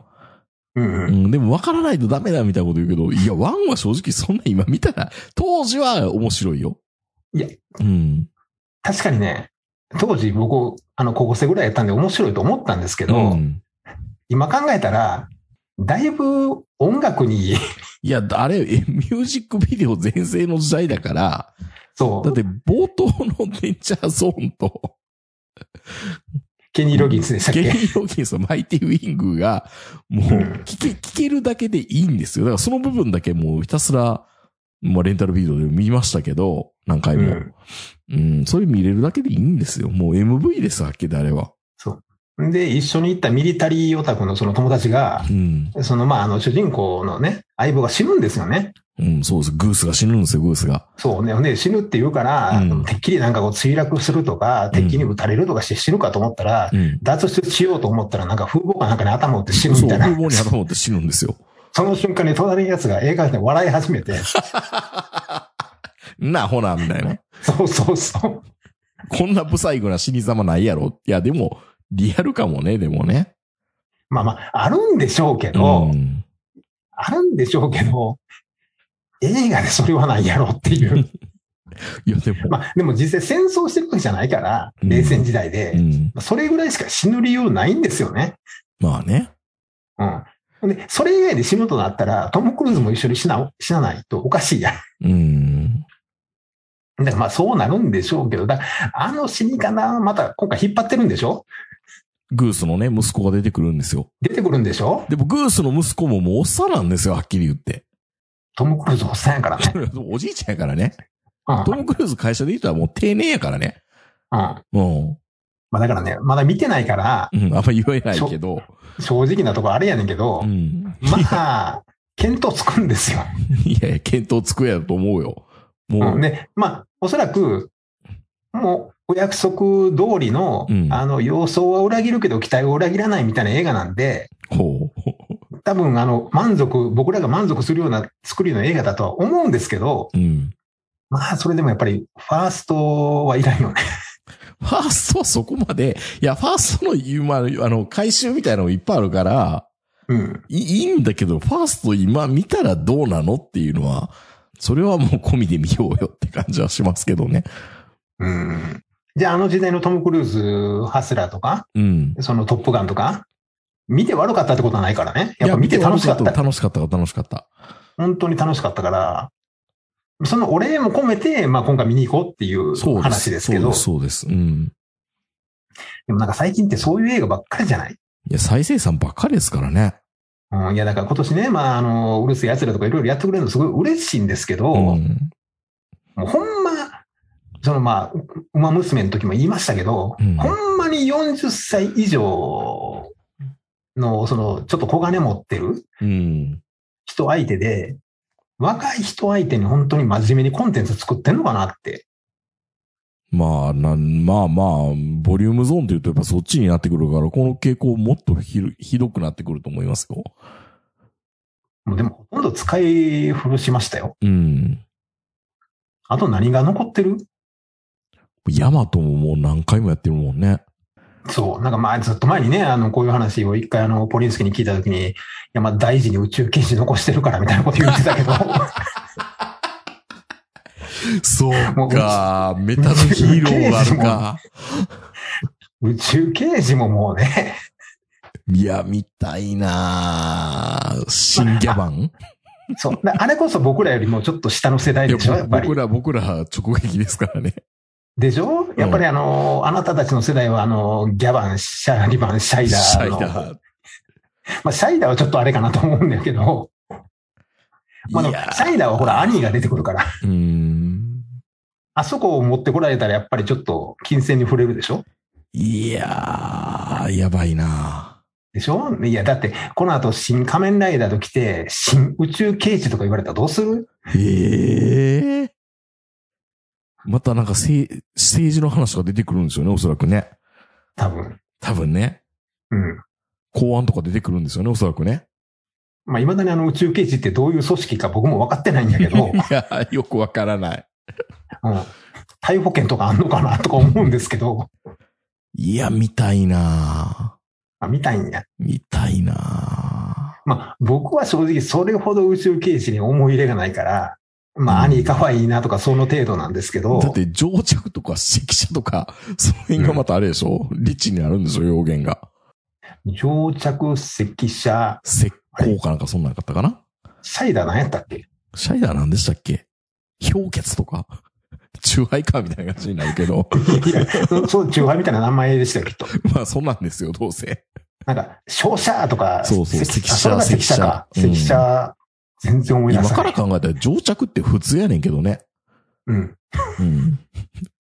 S4: うんう。
S3: うんん、でも分からないとダメだみたいなこと言うけど、いや、ワンは正直そんな今見たら、当時は面白いよ。
S4: いや。
S3: うん。
S4: 確かにね、当時僕、あの、高校生ぐらいやったんで面白いと思ったんですけ
S3: う
S4: ど、
S3: ん。
S4: 今考えたら、だいぶ音楽に、
S3: いや、あれ、えミュージックビデオ全盛の時代だから、
S4: そう。
S3: だって冒頭のデンチャーゾーンと、
S4: ケニー・ロギンスでしたっ
S3: ゲイ
S4: け
S3: ロギンスのマイティウィングが、もう
S4: うん
S3: 聞け、聞けるだけでいいんですよ。だからその部分だけもうひたすら、まあ、レンタルビデオで見ましたけど、何回も。うん、それ見れるだけでいいんですよ。もう MV です、はっきりあれは。
S4: うん。で、一緒に行ったミリタリーオタクのその友達が、
S3: うん。
S4: その、まあ、あの、主人公のね、相棒が死ぬんですよね。
S3: うん、そうです。グースが死ぬんですよ、グースが。
S4: そうね。ほんで、死ぬって言うから、
S3: うん
S4: てっきりなんかこう墜落するとか、敵に撃たれるとかして死ぬかと思ったら、
S3: うん。
S4: 脱出しようと思ったら、なんか風貌かなんかに頭打って死ぬ
S3: そ
S4: み
S3: う、
S4: たい
S3: 風
S4: な。
S3: 貌に頭打って死ぬんですよ。
S4: その瞬間に隣のやつが映画館で笑い始めて、
S3: なあ、ほな、みたいな。
S4: そうそうそう。
S3: こんな不細工な死に様ないやろ。いや、でも、リアルかもね、でもね。
S4: まあまあ、あるんでしょうけど、
S3: うん。
S4: あるんでしょうけど、映画でそれはないやろっ ていう。
S3: いや、でも、
S4: まあ、でも実際戦争してるわけじゃないから、
S3: うん
S4: 冷戦時代で、
S3: うん。
S4: それぐらいしか死ぬ理由ないんですよね。
S3: まあね。
S4: うん。で、それ以外で死ぬとなったら、トム・クルーズも一緒に死な、死なないとおかしいやん。
S3: うん。
S4: だからまあそうなるんでしょうけど、だあの死に方、また今回引っ張ってるんでしょ
S3: グースのね、息子が出てくるんですよ。
S4: 出てくるんでしょ
S3: でも、グースの息子ももうおっさんなんですよ、はっきり言って。
S4: トム・クルーズおっさんやからね。
S3: おじいちゃんやからね。
S4: うん。う
S3: トム・クルーズ会社で言ったらもう定年やからね。
S4: ん。
S3: うん。
S4: まあだからね、まだ見てないから、
S3: うん、あんま言えないけど。
S4: 正直なとこあれやねんけど
S3: う、ん。
S4: まあ、見当つくんですよ。
S3: いやいや、見当つくやと思うよ。も
S4: うん、
S3: う、
S4: で、まあ、おそらく、もう、お約束通りの、
S3: うん
S4: あの、予想は裏切るけど、期待を裏切らないみたいな映画なんで、
S3: ほう。
S4: 多分、あの、満足、僕らが満足するような作りの映画だとは思うんですけど、
S3: うん。
S4: まあ、それでもやっぱり、ファーストはいらんよね。
S3: ファーストはそこまで、いや、ファーストの言う、まあ、あの、回収みたいなのもいっぱいあるから、
S4: うん。
S3: いいいんだけど、ファースト今見たらどうなのっていうのは、それはもう込みで見ようよって感じはしますけどね。
S4: うん。じゃあ、あの時代のトム・クルーズ、ハスラーとか、
S3: うん。
S4: そのトップガンとか、見て悪かったってことはないからね。やっぱ見て楽しかっ
S3: いや
S4: た。
S3: 楽しかった、楽しかった。
S4: 本当に楽しかったから、そのお礼も込めて、まあ今回見に行こうっていう
S3: そうです。
S4: 話ですけど、で
S3: そうです、そうです。うん。
S4: もなんか最近ってそういう映画ばっかりじゃない、
S3: いや、再生産ばっかりですからね。
S4: うん、いやだから今年ね、まああの、うるせえ奴らとかいろいろやってくれるのすごい嬉しいんですけど、も
S3: ん。
S4: うほんま、そのまあ、ううま娘の時も言いましたけど、
S3: うん
S4: ほんまに40歳以上の、その、ちょっと小金持ってる
S3: うん。
S4: 人相手で、若い人相手に本当に真面目にコンテンツ作ってんのかなって。
S3: まあ、なん、まあまあ、ボリュームゾーンって言うとやっぱそっちになってくるから、この傾向もっとひるひどくなってくると思いますよ。
S4: もうでもほとんど使い古しましたよ。
S3: うん。
S4: あと何が残ってる
S3: ヤマトももう何回もやってるもんね。
S4: そう。なんかまあずっと前にね、あの、こういう話を一回あの、ポリンスキーに聞いたときに、いやまあ大事に宇宙禁止残してるからみたいなこと言ってたけ ど、
S3: そう
S4: もう
S3: か、メタルヒーローがある か。
S4: 宇宙刑事ももうね、
S3: いや、見たいなぁ新ギャバン
S4: そう。だあれこそ僕らよりもちょっと下の世代
S3: いや
S4: でしょ、やっ
S3: 僕
S4: ぱり
S3: 僕。ら、僕ら直撃ですからね。
S4: でしょやっぱりあの、あなたたちの世代はあの、ギャバン、シャリバン、シャイダー。
S3: シャイ
S4: の
S3: ダー。
S4: まあ、シャイダーはちょっとあれかなと思うんだけど、まあで
S3: い
S4: も
S3: やー
S4: シャイダーはほら、兄が出てくるから、
S3: うーん。
S4: あそこを持ってこられたらやっぱりちょっと金銭に触れるでしょ
S3: いやー、やばいな
S4: でしょいや、だって、この後、新仮面ライダーと来て、新宇宙刑事とか言われたらどうする
S3: ぁええまたなんかせ、政治の話が出てくるんですよね、おそらくね。
S4: 多分。
S3: 多分ね。
S4: うん。
S3: 公安とか出てくるんですよね、おそらくね。
S4: まあ、いまだにあの宇宙刑事ってどういう組織か僕も分かってないんだ けど、うん
S3: いやー、よくわからない。
S4: 逮捕権とかあんのかなとか思うんですけど、
S3: いや、見たいなぁ
S4: まあ、見たいんや。
S3: 見たいな
S4: まあ、僕は正直それほど宇宙刑事に思い入れがないから、まあ、
S3: うん
S4: 兄可愛いなとかその程度なんですけど、
S3: ぁだって、乗着とか、指揮者とか、 その辺がまたあれでしょ、リッチにあるんでしょ表現が。
S4: 乗着、石車、
S3: 石膏かなんかそんなんかったかな
S4: シャイダー何やったっけ
S3: シャイダーなんでしたっけ氷結とか、中杯かみたいな感じになるけど、
S4: いや、そそう、中杯みたいな名前でしたよ、きっと。
S3: まあそんなんですよ、どうせ。
S4: なんか、照射とか、
S3: そうそう
S4: 赤
S3: 赤車
S4: あそれが赤車か。
S3: 赤車うん
S4: 赤車、全然思い出
S3: 今
S4: さ
S3: から
S4: ない。
S3: 考えたら、乗着って普通やねんけどね。
S4: うん。
S3: うん。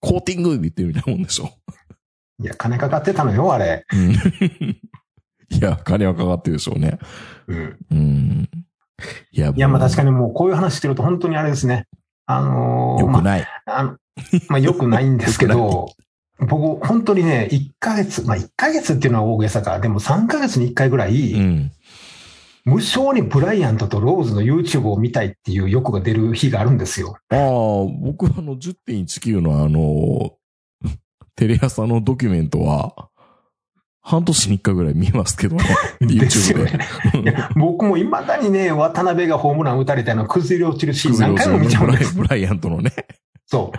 S3: コーティングって言ってるみたいなもんでしょ。
S4: いや、金かかってたのよ、あれ。
S3: うん。 いや、金はかかってるでしょうね。
S4: うん。
S3: うん。いや、
S4: いや、まあ確
S3: か
S4: かにもうこういう話してると本当にあれですね。あのー
S3: 良く
S4: ま
S3: ない。
S4: あ、あの、まあ良くないんですけ
S3: 良く
S4: ど、僕、本当にね、1ヶ月、まあ1ヶ月っていうのは大げさか、でも3ヶ月に1回ぐらい、
S3: うん。
S4: 無償にブライアントとローズの YouTube を見たいっていう欲が出る日があるんですよ。
S3: ああ、僕はあの、10.19のあの、テレ朝のドキュメントは、半年に一回ぐらい見ます けどね。
S4: ですよ
S3: YouTube で。
S4: ね。いや僕も未だにね、渡辺がホームラン打たれたの崩れ落ちるシーン何回も見ちゃうんです。
S3: ブライアントのね、
S4: そ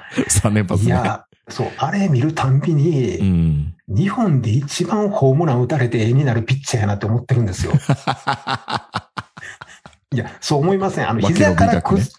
S3: 3連
S4: う。
S3: 発
S4: い
S3: ね。
S4: や、そう、あれ見るたんび
S3: う
S4: に、
S3: ん。
S4: 日本で一番ホームラン打たれて絵になるピッチャーやなって思ってる んですよ。いや、そう思いません。あの、
S3: わけの
S4: 膝
S3: 美
S4: から
S3: 学ね
S4: 崩、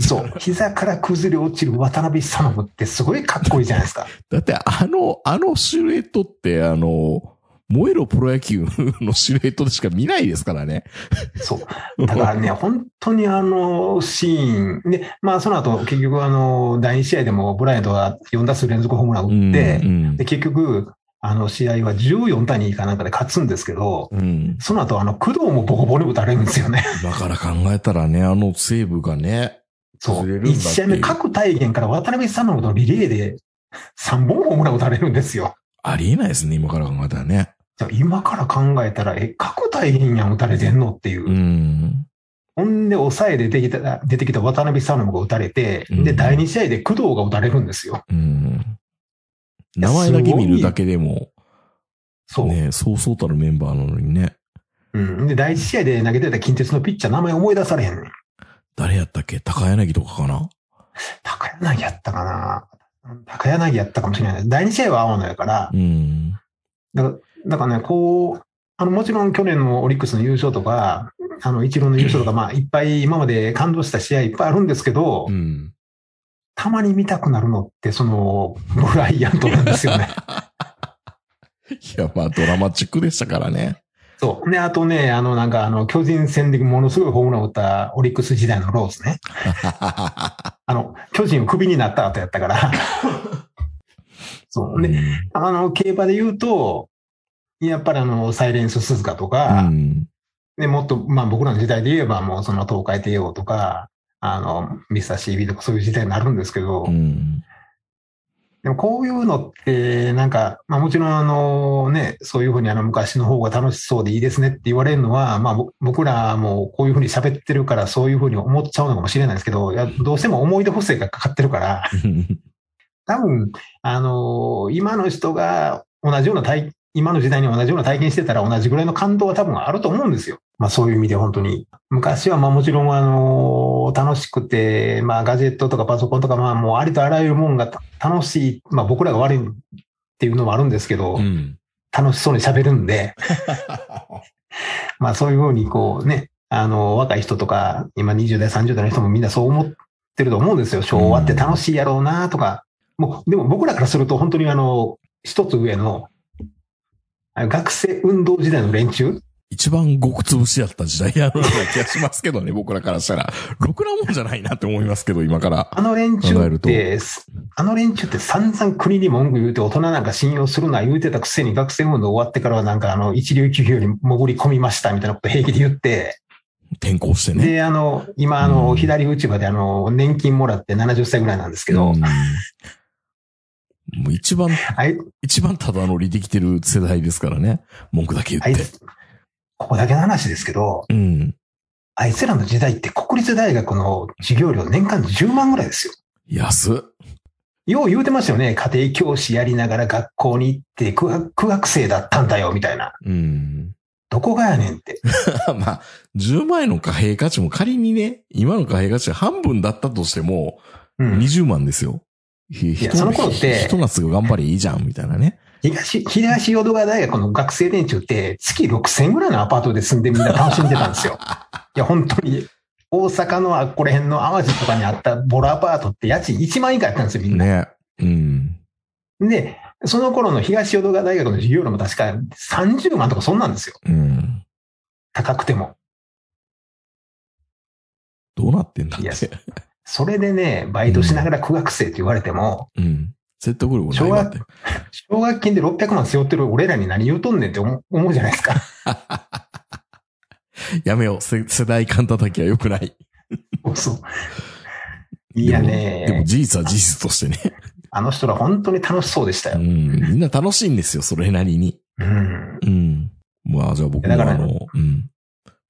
S4: そう、膝から崩れ落ちる渡辺久信ってすごいかっこいいじゃな いですか。
S3: だってあの、あのシルエットってあの、燃えろプロ野球のシルエットでしか見ないですからね。
S4: そう。だからね、本当にあのシーン、で、まあその後、結局あの、第2試合でもブライアントが4打数連続ホームラン
S3: うん
S4: 打って、
S3: うん
S4: で、結局、あの試合は14対2かなんかで勝つんですけど、
S3: うん。
S4: その後、あの、工藤もボコボコに打たれるんですよね。
S3: だから考えたらね、あのセーブがね、
S4: そ
S3: 崩れ
S4: う。
S3: るんだっていう
S4: 1試合目、各体験から渡辺さんのことリレーで3本ホームラン打たれるんですよ。
S3: ありえないですね、今から考えたらね。
S4: 今から考えたら、え、各体験やん打たれてんのっていう。
S3: うん。
S4: ほんで、抑えで出てきた、出てきた渡辺さんのが打たれて、
S3: うん
S4: で、第2試合で工藤が打たれるんですよ。
S3: うん。名前だけ見るだけでも、
S4: そう。
S3: ね、そうそうたるメンバーなのにね、
S4: うん。で、第1試合で投げてた近鉄のピッチャー名前思い出されへんねん。
S3: 誰やったっけ高柳とかかな
S4: 高柳やったかな高柳やったかもしれない。第2試合は青野やから、
S3: うん。
S4: だから、だからね、こう、あの、もちろん去年のオリックスの優勝とか、あの、一郎の優勝とか、まあ、いっぱい今まで感動した試合いっぱいあるんですけど、
S3: うん。
S4: たまに見たくなるのって、その、ブライアントなんです よね。
S3: いや、まあドラマチックでしたからね。
S4: そう。ね、あとね、あの、なんか、あの、巨人戦でものすごいホームランを打ったオリックス時代のローズね。あの、巨人をクビになった後やっ たから。そう。ね、
S3: うん
S4: あの、競馬で言うと、やっぱりあの、サイレンス鈴鹿とか、
S3: うん
S4: で、もっと、まあ僕らの時代で言えば、もうその東海帝王とか、あの、ミスター CB とかそういう時代になるんですけど、
S3: うん。
S4: でもこういうのって、なんか、まあもちろんあのね、そういうふうにあの昔の方が楽しそうでいいですねって言われるのは、まあぼ僕らもこういうふうに喋ってるからそういうふうに思っちゃうのかもしれないですけど、いやどうしても思い出補正がかかってるから、多分、あの今の人が同じような体、今の時代に同じような体験してたら同じぐらいの感動は多分あると思うんですよ。まあそういう意味で本当に。昔はまあもちろんあの楽しくて、まあガジェットとかパソコンとかまあもうありとあらゆるもんが楽しい。まあ僕らが悪いっていうのもあるんですけど、
S3: うん
S4: 楽しそうに喋る んで、まあそういうふうにこうね、あの若い人とか今20代30代の人もみんなそう思ってると思うんですよ。昭和って楽しいやろうなとか。もう、でも僕らからすると本当にあの、一つ上の、あ学生運動時代の連中
S3: 一番ごくつぶしやった時代やろうな気がしますけどね、僕らからしたら。ろくなもんじゃないなって思いますけど、今から。
S4: あの連
S3: 考え
S4: 中
S3: る
S4: っ
S3: と
S4: て、あの連中って散々国に文句言うて大人なんか信用するな言うてたくせに学生運動終わってからはなんかあの一流企業に潜り込みましたみたいなこと平気で言って、
S3: 転校してね。
S4: で、あの、今、あ
S3: うん
S4: の、左内場で、あの、年金もらって70歳ぐらいなんですけど、
S3: うんもう一番、
S4: あい
S3: 一番ただ乗りできてる世代ですからね。文句だけ
S4: あ
S3: 言
S4: い
S3: って。
S4: つ、ここだけの話ですけど、
S3: うん。
S4: あいつらの時代って国立大学の授業料年間10万ぐらいですよ。
S3: 安っ。
S4: よう言うてましたよね。家庭教師やりながら学校に行って苦学、苦学生だったんだよ、みたいな。
S3: うん。
S4: どこがやねんって。
S3: まあ、10万円の貨幣価値も仮にね、今の貨幣価値が半分だったとしても、
S4: うん。
S3: 20万ですよ。ひひ
S4: や
S3: と
S4: その頃って
S3: ひと夏が頑張りいいじゃん、みたいなね。
S4: 東、東淀川大学の学生連中って、月6000ぐらいのアパートで住んでみんな楽しんでたん ですよ。いや、本当に。大阪のあっこれ辺の淡路とかにあったボロアパートって家賃1万以下やったんですよ、みんな。
S3: ね。うん。
S4: で、その頃の東淀川大学の授業料も確か30万とかそんなんですよ。
S3: うん。
S4: 高くても。
S3: どうなってんだっ
S4: いや
S3: て。
S4: それでね、バイトしながら苦学生って言われても、
S3: うん。説得力ないわって。
S4: 奨学金で600万背負ってる俺らに何言うとんねんって思う思うじゃないで すか。
S3: やめよう。せ世代間叩きは良くない。
S4: そうそう。いや
S3: でも
S4: ね、
S3: 事実は事実としてね。
S4: あの人ら本当に楽しそうでした
S3: う
S4: よ。
S3: ん。みんな楽しいんですよ、それなりに。
S4: うん。
S3: うん。まあ、じゃあ僕もあ
S4: だから
S3: の、うん。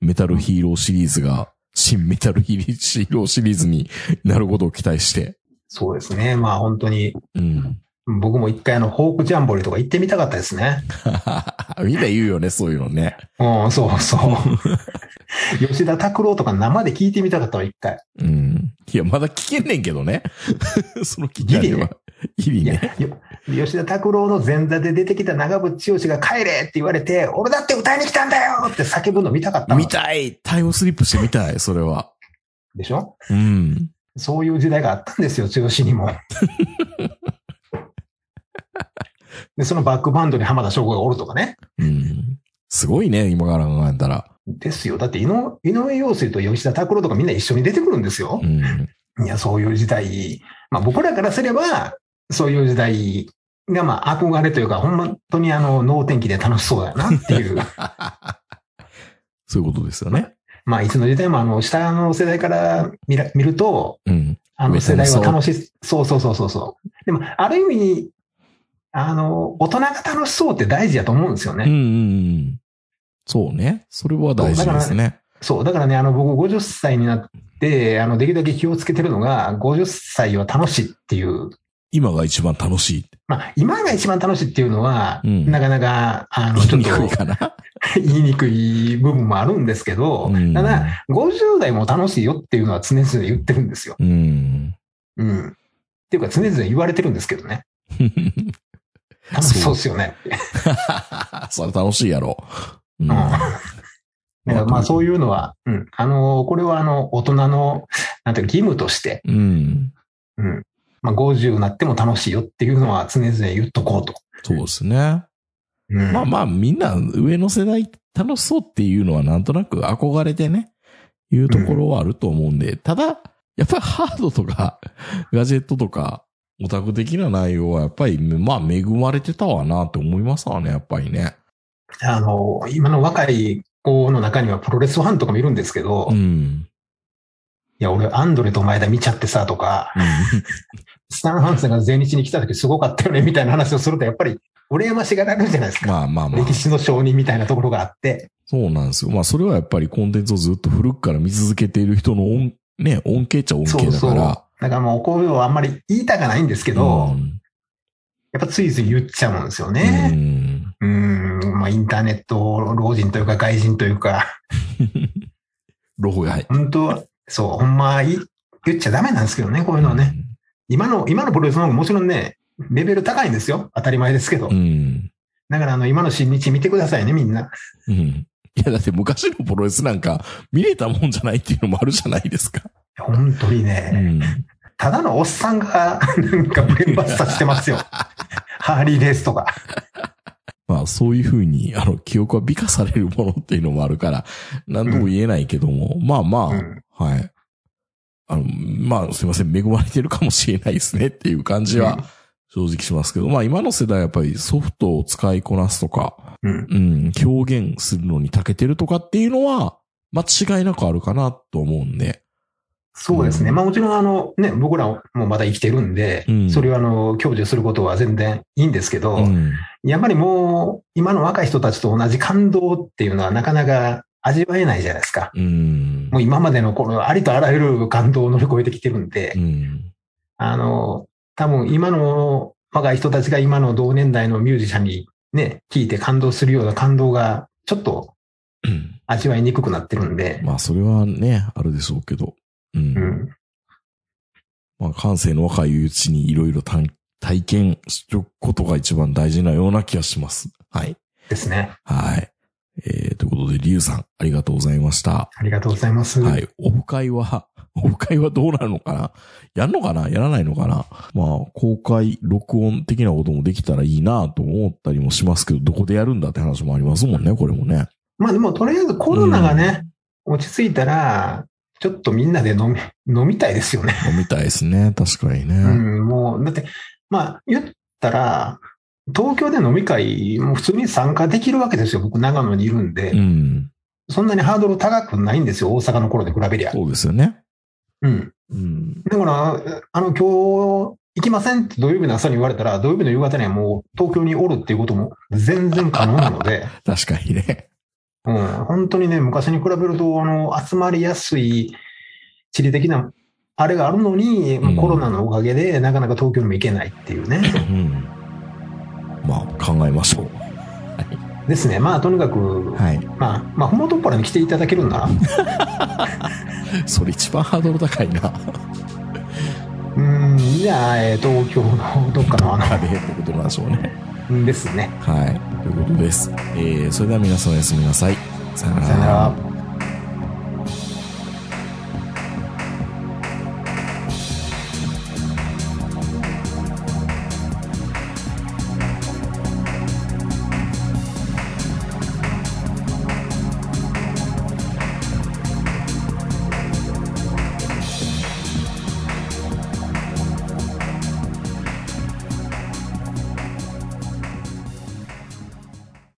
S3: メタルヒーローシリーズが、新メタルヒーローシリーズになることを期待して。
S4: そうですね。まあ本当に、
S3: うん。
S4: 僕も一回あの、フォークジャンボリーとか行ってみたかったですね。
S3: みんな言うよね、そういうのね。
S4: うん、そうそう。吉田拓郎とか生で聞いてみたかったわ、一回。
S3: うん。いや、まだ聞けんねんけどね。 その聞き上げは。ギリ
S4: いや
S3: ね。、
S4: よ吉田拓郎の前座で出てきた長渕剛が帰れって言われて、俺だって歌いに来たんだよって叫ぶの見たかったわ
S3: 見たいタイムスリップしてみたい、それは。
S4: でしょ
S3: うん。
S4: そういう時代があったんですよ、剛にも。で、そのバックバンドに浜田省吾がおるとかね。
S3: うん。すごいね、今から考えたら。
S4: ですよ。だって井上、井上陽水と吉田拓郎とかみんな一緒に出てくるんですよ
S3: う。ん。
S4: いや、そういう時代、まあ僕らからすれば、そういう時代がまあ憧れというか、本当にあの、能天気で楽しそうだよなっ ていう。
S3: そういうことですよね。
S4: まあいつの時代もあの、下の世代から見ら見ると、
S3: うん。
S4: あ
S3: 上
S4: の世
S3: 様
S4: 代
S3: そ
S4: は
S3: う
S4: 楽しそう、そうそうそうそう。でも、ある意味、あの、大人が楽しそうって大事だと思うんですよ
S3: うんうん
S4: ね。
S3: うん。そうね。それは大事ですね。
S4: そう。だからね、あの、僕50歳になって、あの、できるだけ気をつけてるのが、50歳は楽しいっていう
S3: 今が一番楽しい。
S4: まあ、今が一番楽しいっていうのは、
S3: うん
S4: なかなか、あの、ちょ
S3: 言
S4: っ
S3: いにくい
S4: と
S3: かな。
S4: 言いにくい部分もあるんですけど、
S3: うん
S4: ただ、50代も楽しいよっていうのは常々言ってるんですよ。
S3: うん。
S4: うん。っていうか、常々言われてるんですけどね。楽しそうですよね。
S3: それ楽しいやろ。うん
S4: うん。だからまあ、そういうのは、うん。あの、これはあの、大人の、なんていうか義務として、
S3: うん。
S4: うん。まあ、50になっても楽しいよっていうのは常々言っとこうと。
S3: そうですね。
S4: うん。
S3: まあまあ、みんな上の世代楽しそうっていうのはなんとなく憧れてね、いうところはあると思うんで、ただ、やっぱりハードとか、 ガジェットとか、オタク的な内容はやっぱり、まあ恵まれてたわなって思いますわね、やっぱりね。
S4: あの、今の若い子の中にはプロレスファンとかもいるんですけど、
S3: うん。
S4: いや、俺、アンドレと前田見ちゃってさ、とか、スタン・ハンセンが全日に来た時すごかったよね、みたいな話をすると、やっぱり、羨ましがられるじゃないですか。
S3: まあまあまあ
S4: 歴。史の承認みたいなところがあって。
S3: そうなんですよ。まあそれはやっぱりコンテンツをずっと古くから見続けている人の恩、ね、恩恵っちゃ恩
S4: そ
S3: 恵
S4: う
S3: だ
S4: そう。
S3: か
S4: だ
S3: ら
S4: か。らもう、こういうのはあんまり言いたくないんですけど、
S3: うん
S4: やっぱついつい言っちゃうんですよ
S3: う
S4: ね。
S3: ん
S4: うん、まあ、インターネット老人というか外人というか、
S3: ロゴが入って
S4: 本当そう、ほんま、い言っちゃダメなんですけどね、こういうのはね。。今の、今のプロレスの方がもちろんね、レベル高いんですよ。当たり前ですけど。
S3: うん。
S4: だから、あの、今の新日見てくださいね、みんな。
S3: うん。いや、だって昔のプロレスなんか見れたもんじゃないっていうのもあるじゃないですか。
S4: 本当にね。
S3: うん。
S4: ただのおっさんが、なんかブレンバスタしてま すよ。ハーリーレースとか。
S3: まあ、そういうふうに、あの、記憶は美化されるものっていうのもあるから、何とも言えないけども、まあま
S4: う
S3: あ、
S4: ん
S3: はい。あの、まあ、すいません、恵まれてるかもしれないですねっていう感じは正直しますけど、まあ今の世代はやっぱりソフトを使いこなすとか、
S4: うん。
S3: うん、表現するのに長けてるとかっていうのは、間違いなくあるかなと思うんで、
S4: そうですね。まあもちろん、あの、ね、僕らもまだ生きてるんで、
S3: うん
S4: それは、あの、享受することは全然いいんですけど、
S3: うん。
S4: やっぱりもう、今の若い人たちと同じ感動っていうのはなかなか味わえないじゃないですか。
S3: うん。
S4: もう今までのこのありとあらゆる感動を乗り越えてきてるんで、
S3: うん。
S4: あの、多分今の若い人たちが今の同年代のミュージシャンにね、聞いて感動するような感動が、ちょっと味わいにくくなってるんで、
S3: まあ、それはね、あるでしょうけど。うん。
S4: うん、
S3: まあ、感性の若いうちにいろいろ体験しておくことが一番大事なような気がします。はい。
S4: ですね。
S3: はい。えー、ということで、リュウさん、ありがとうございました。
S4: ありがとうございます。
S3: はい。オフ会は、 オフ会はどうなるのかなやんのかなやらないのかなまあ、公開、録音的なこともできたらいいなと思ったりもしますけど、どこでやるんだって話もありますもんね、これもね。
S4: まあでもとりあえずコロナがね、落ち着いたら、ちょっとみんなで飲み、 飲みたいですよね。
S3: 飲みたいですね、確かにね。
S4: うん、もう、だって、まあ言ったら、東京で飲み会、もう普通に参加できるわけですよ。僕、長野にいるんで、
S3: うん。
S4: そんなにハードル高くないんですよ。大阪の頃で比べりゃ。
S3: そうですよね。
S4: うん。
S3: うん。
S4: だから、あの、今日行きませんって土曜日の朝に言われたら、土曜日の夕方にはもう東京におるっていうことも全然可能なので、
S3: 確かにね。
S4: うん、本当にね、昔に比べると、あの、集まりやすい、地理的なあれがあるのに、
S3: うん
S4: コロナのおかげで、なかなか東京にも行けないっていうね。
S3: うん。まあ、考えましょう。
S4: ですね。まあ、とにかく、
S3: はい。
S4: まあ、まあ、ふもとっぱらに来ていただけるんなら、う
S3: それ一番ハードル高いな。
S4: ーん、じゃあ、えー東京のどっかの、あ
S3: あれってことなんでしょうね。
S4: の、ですね。
S3: はい。ということです。えー、それでは皆さんおやすみなさい。さよな
S4: さよな
S3: ら
S4: ら。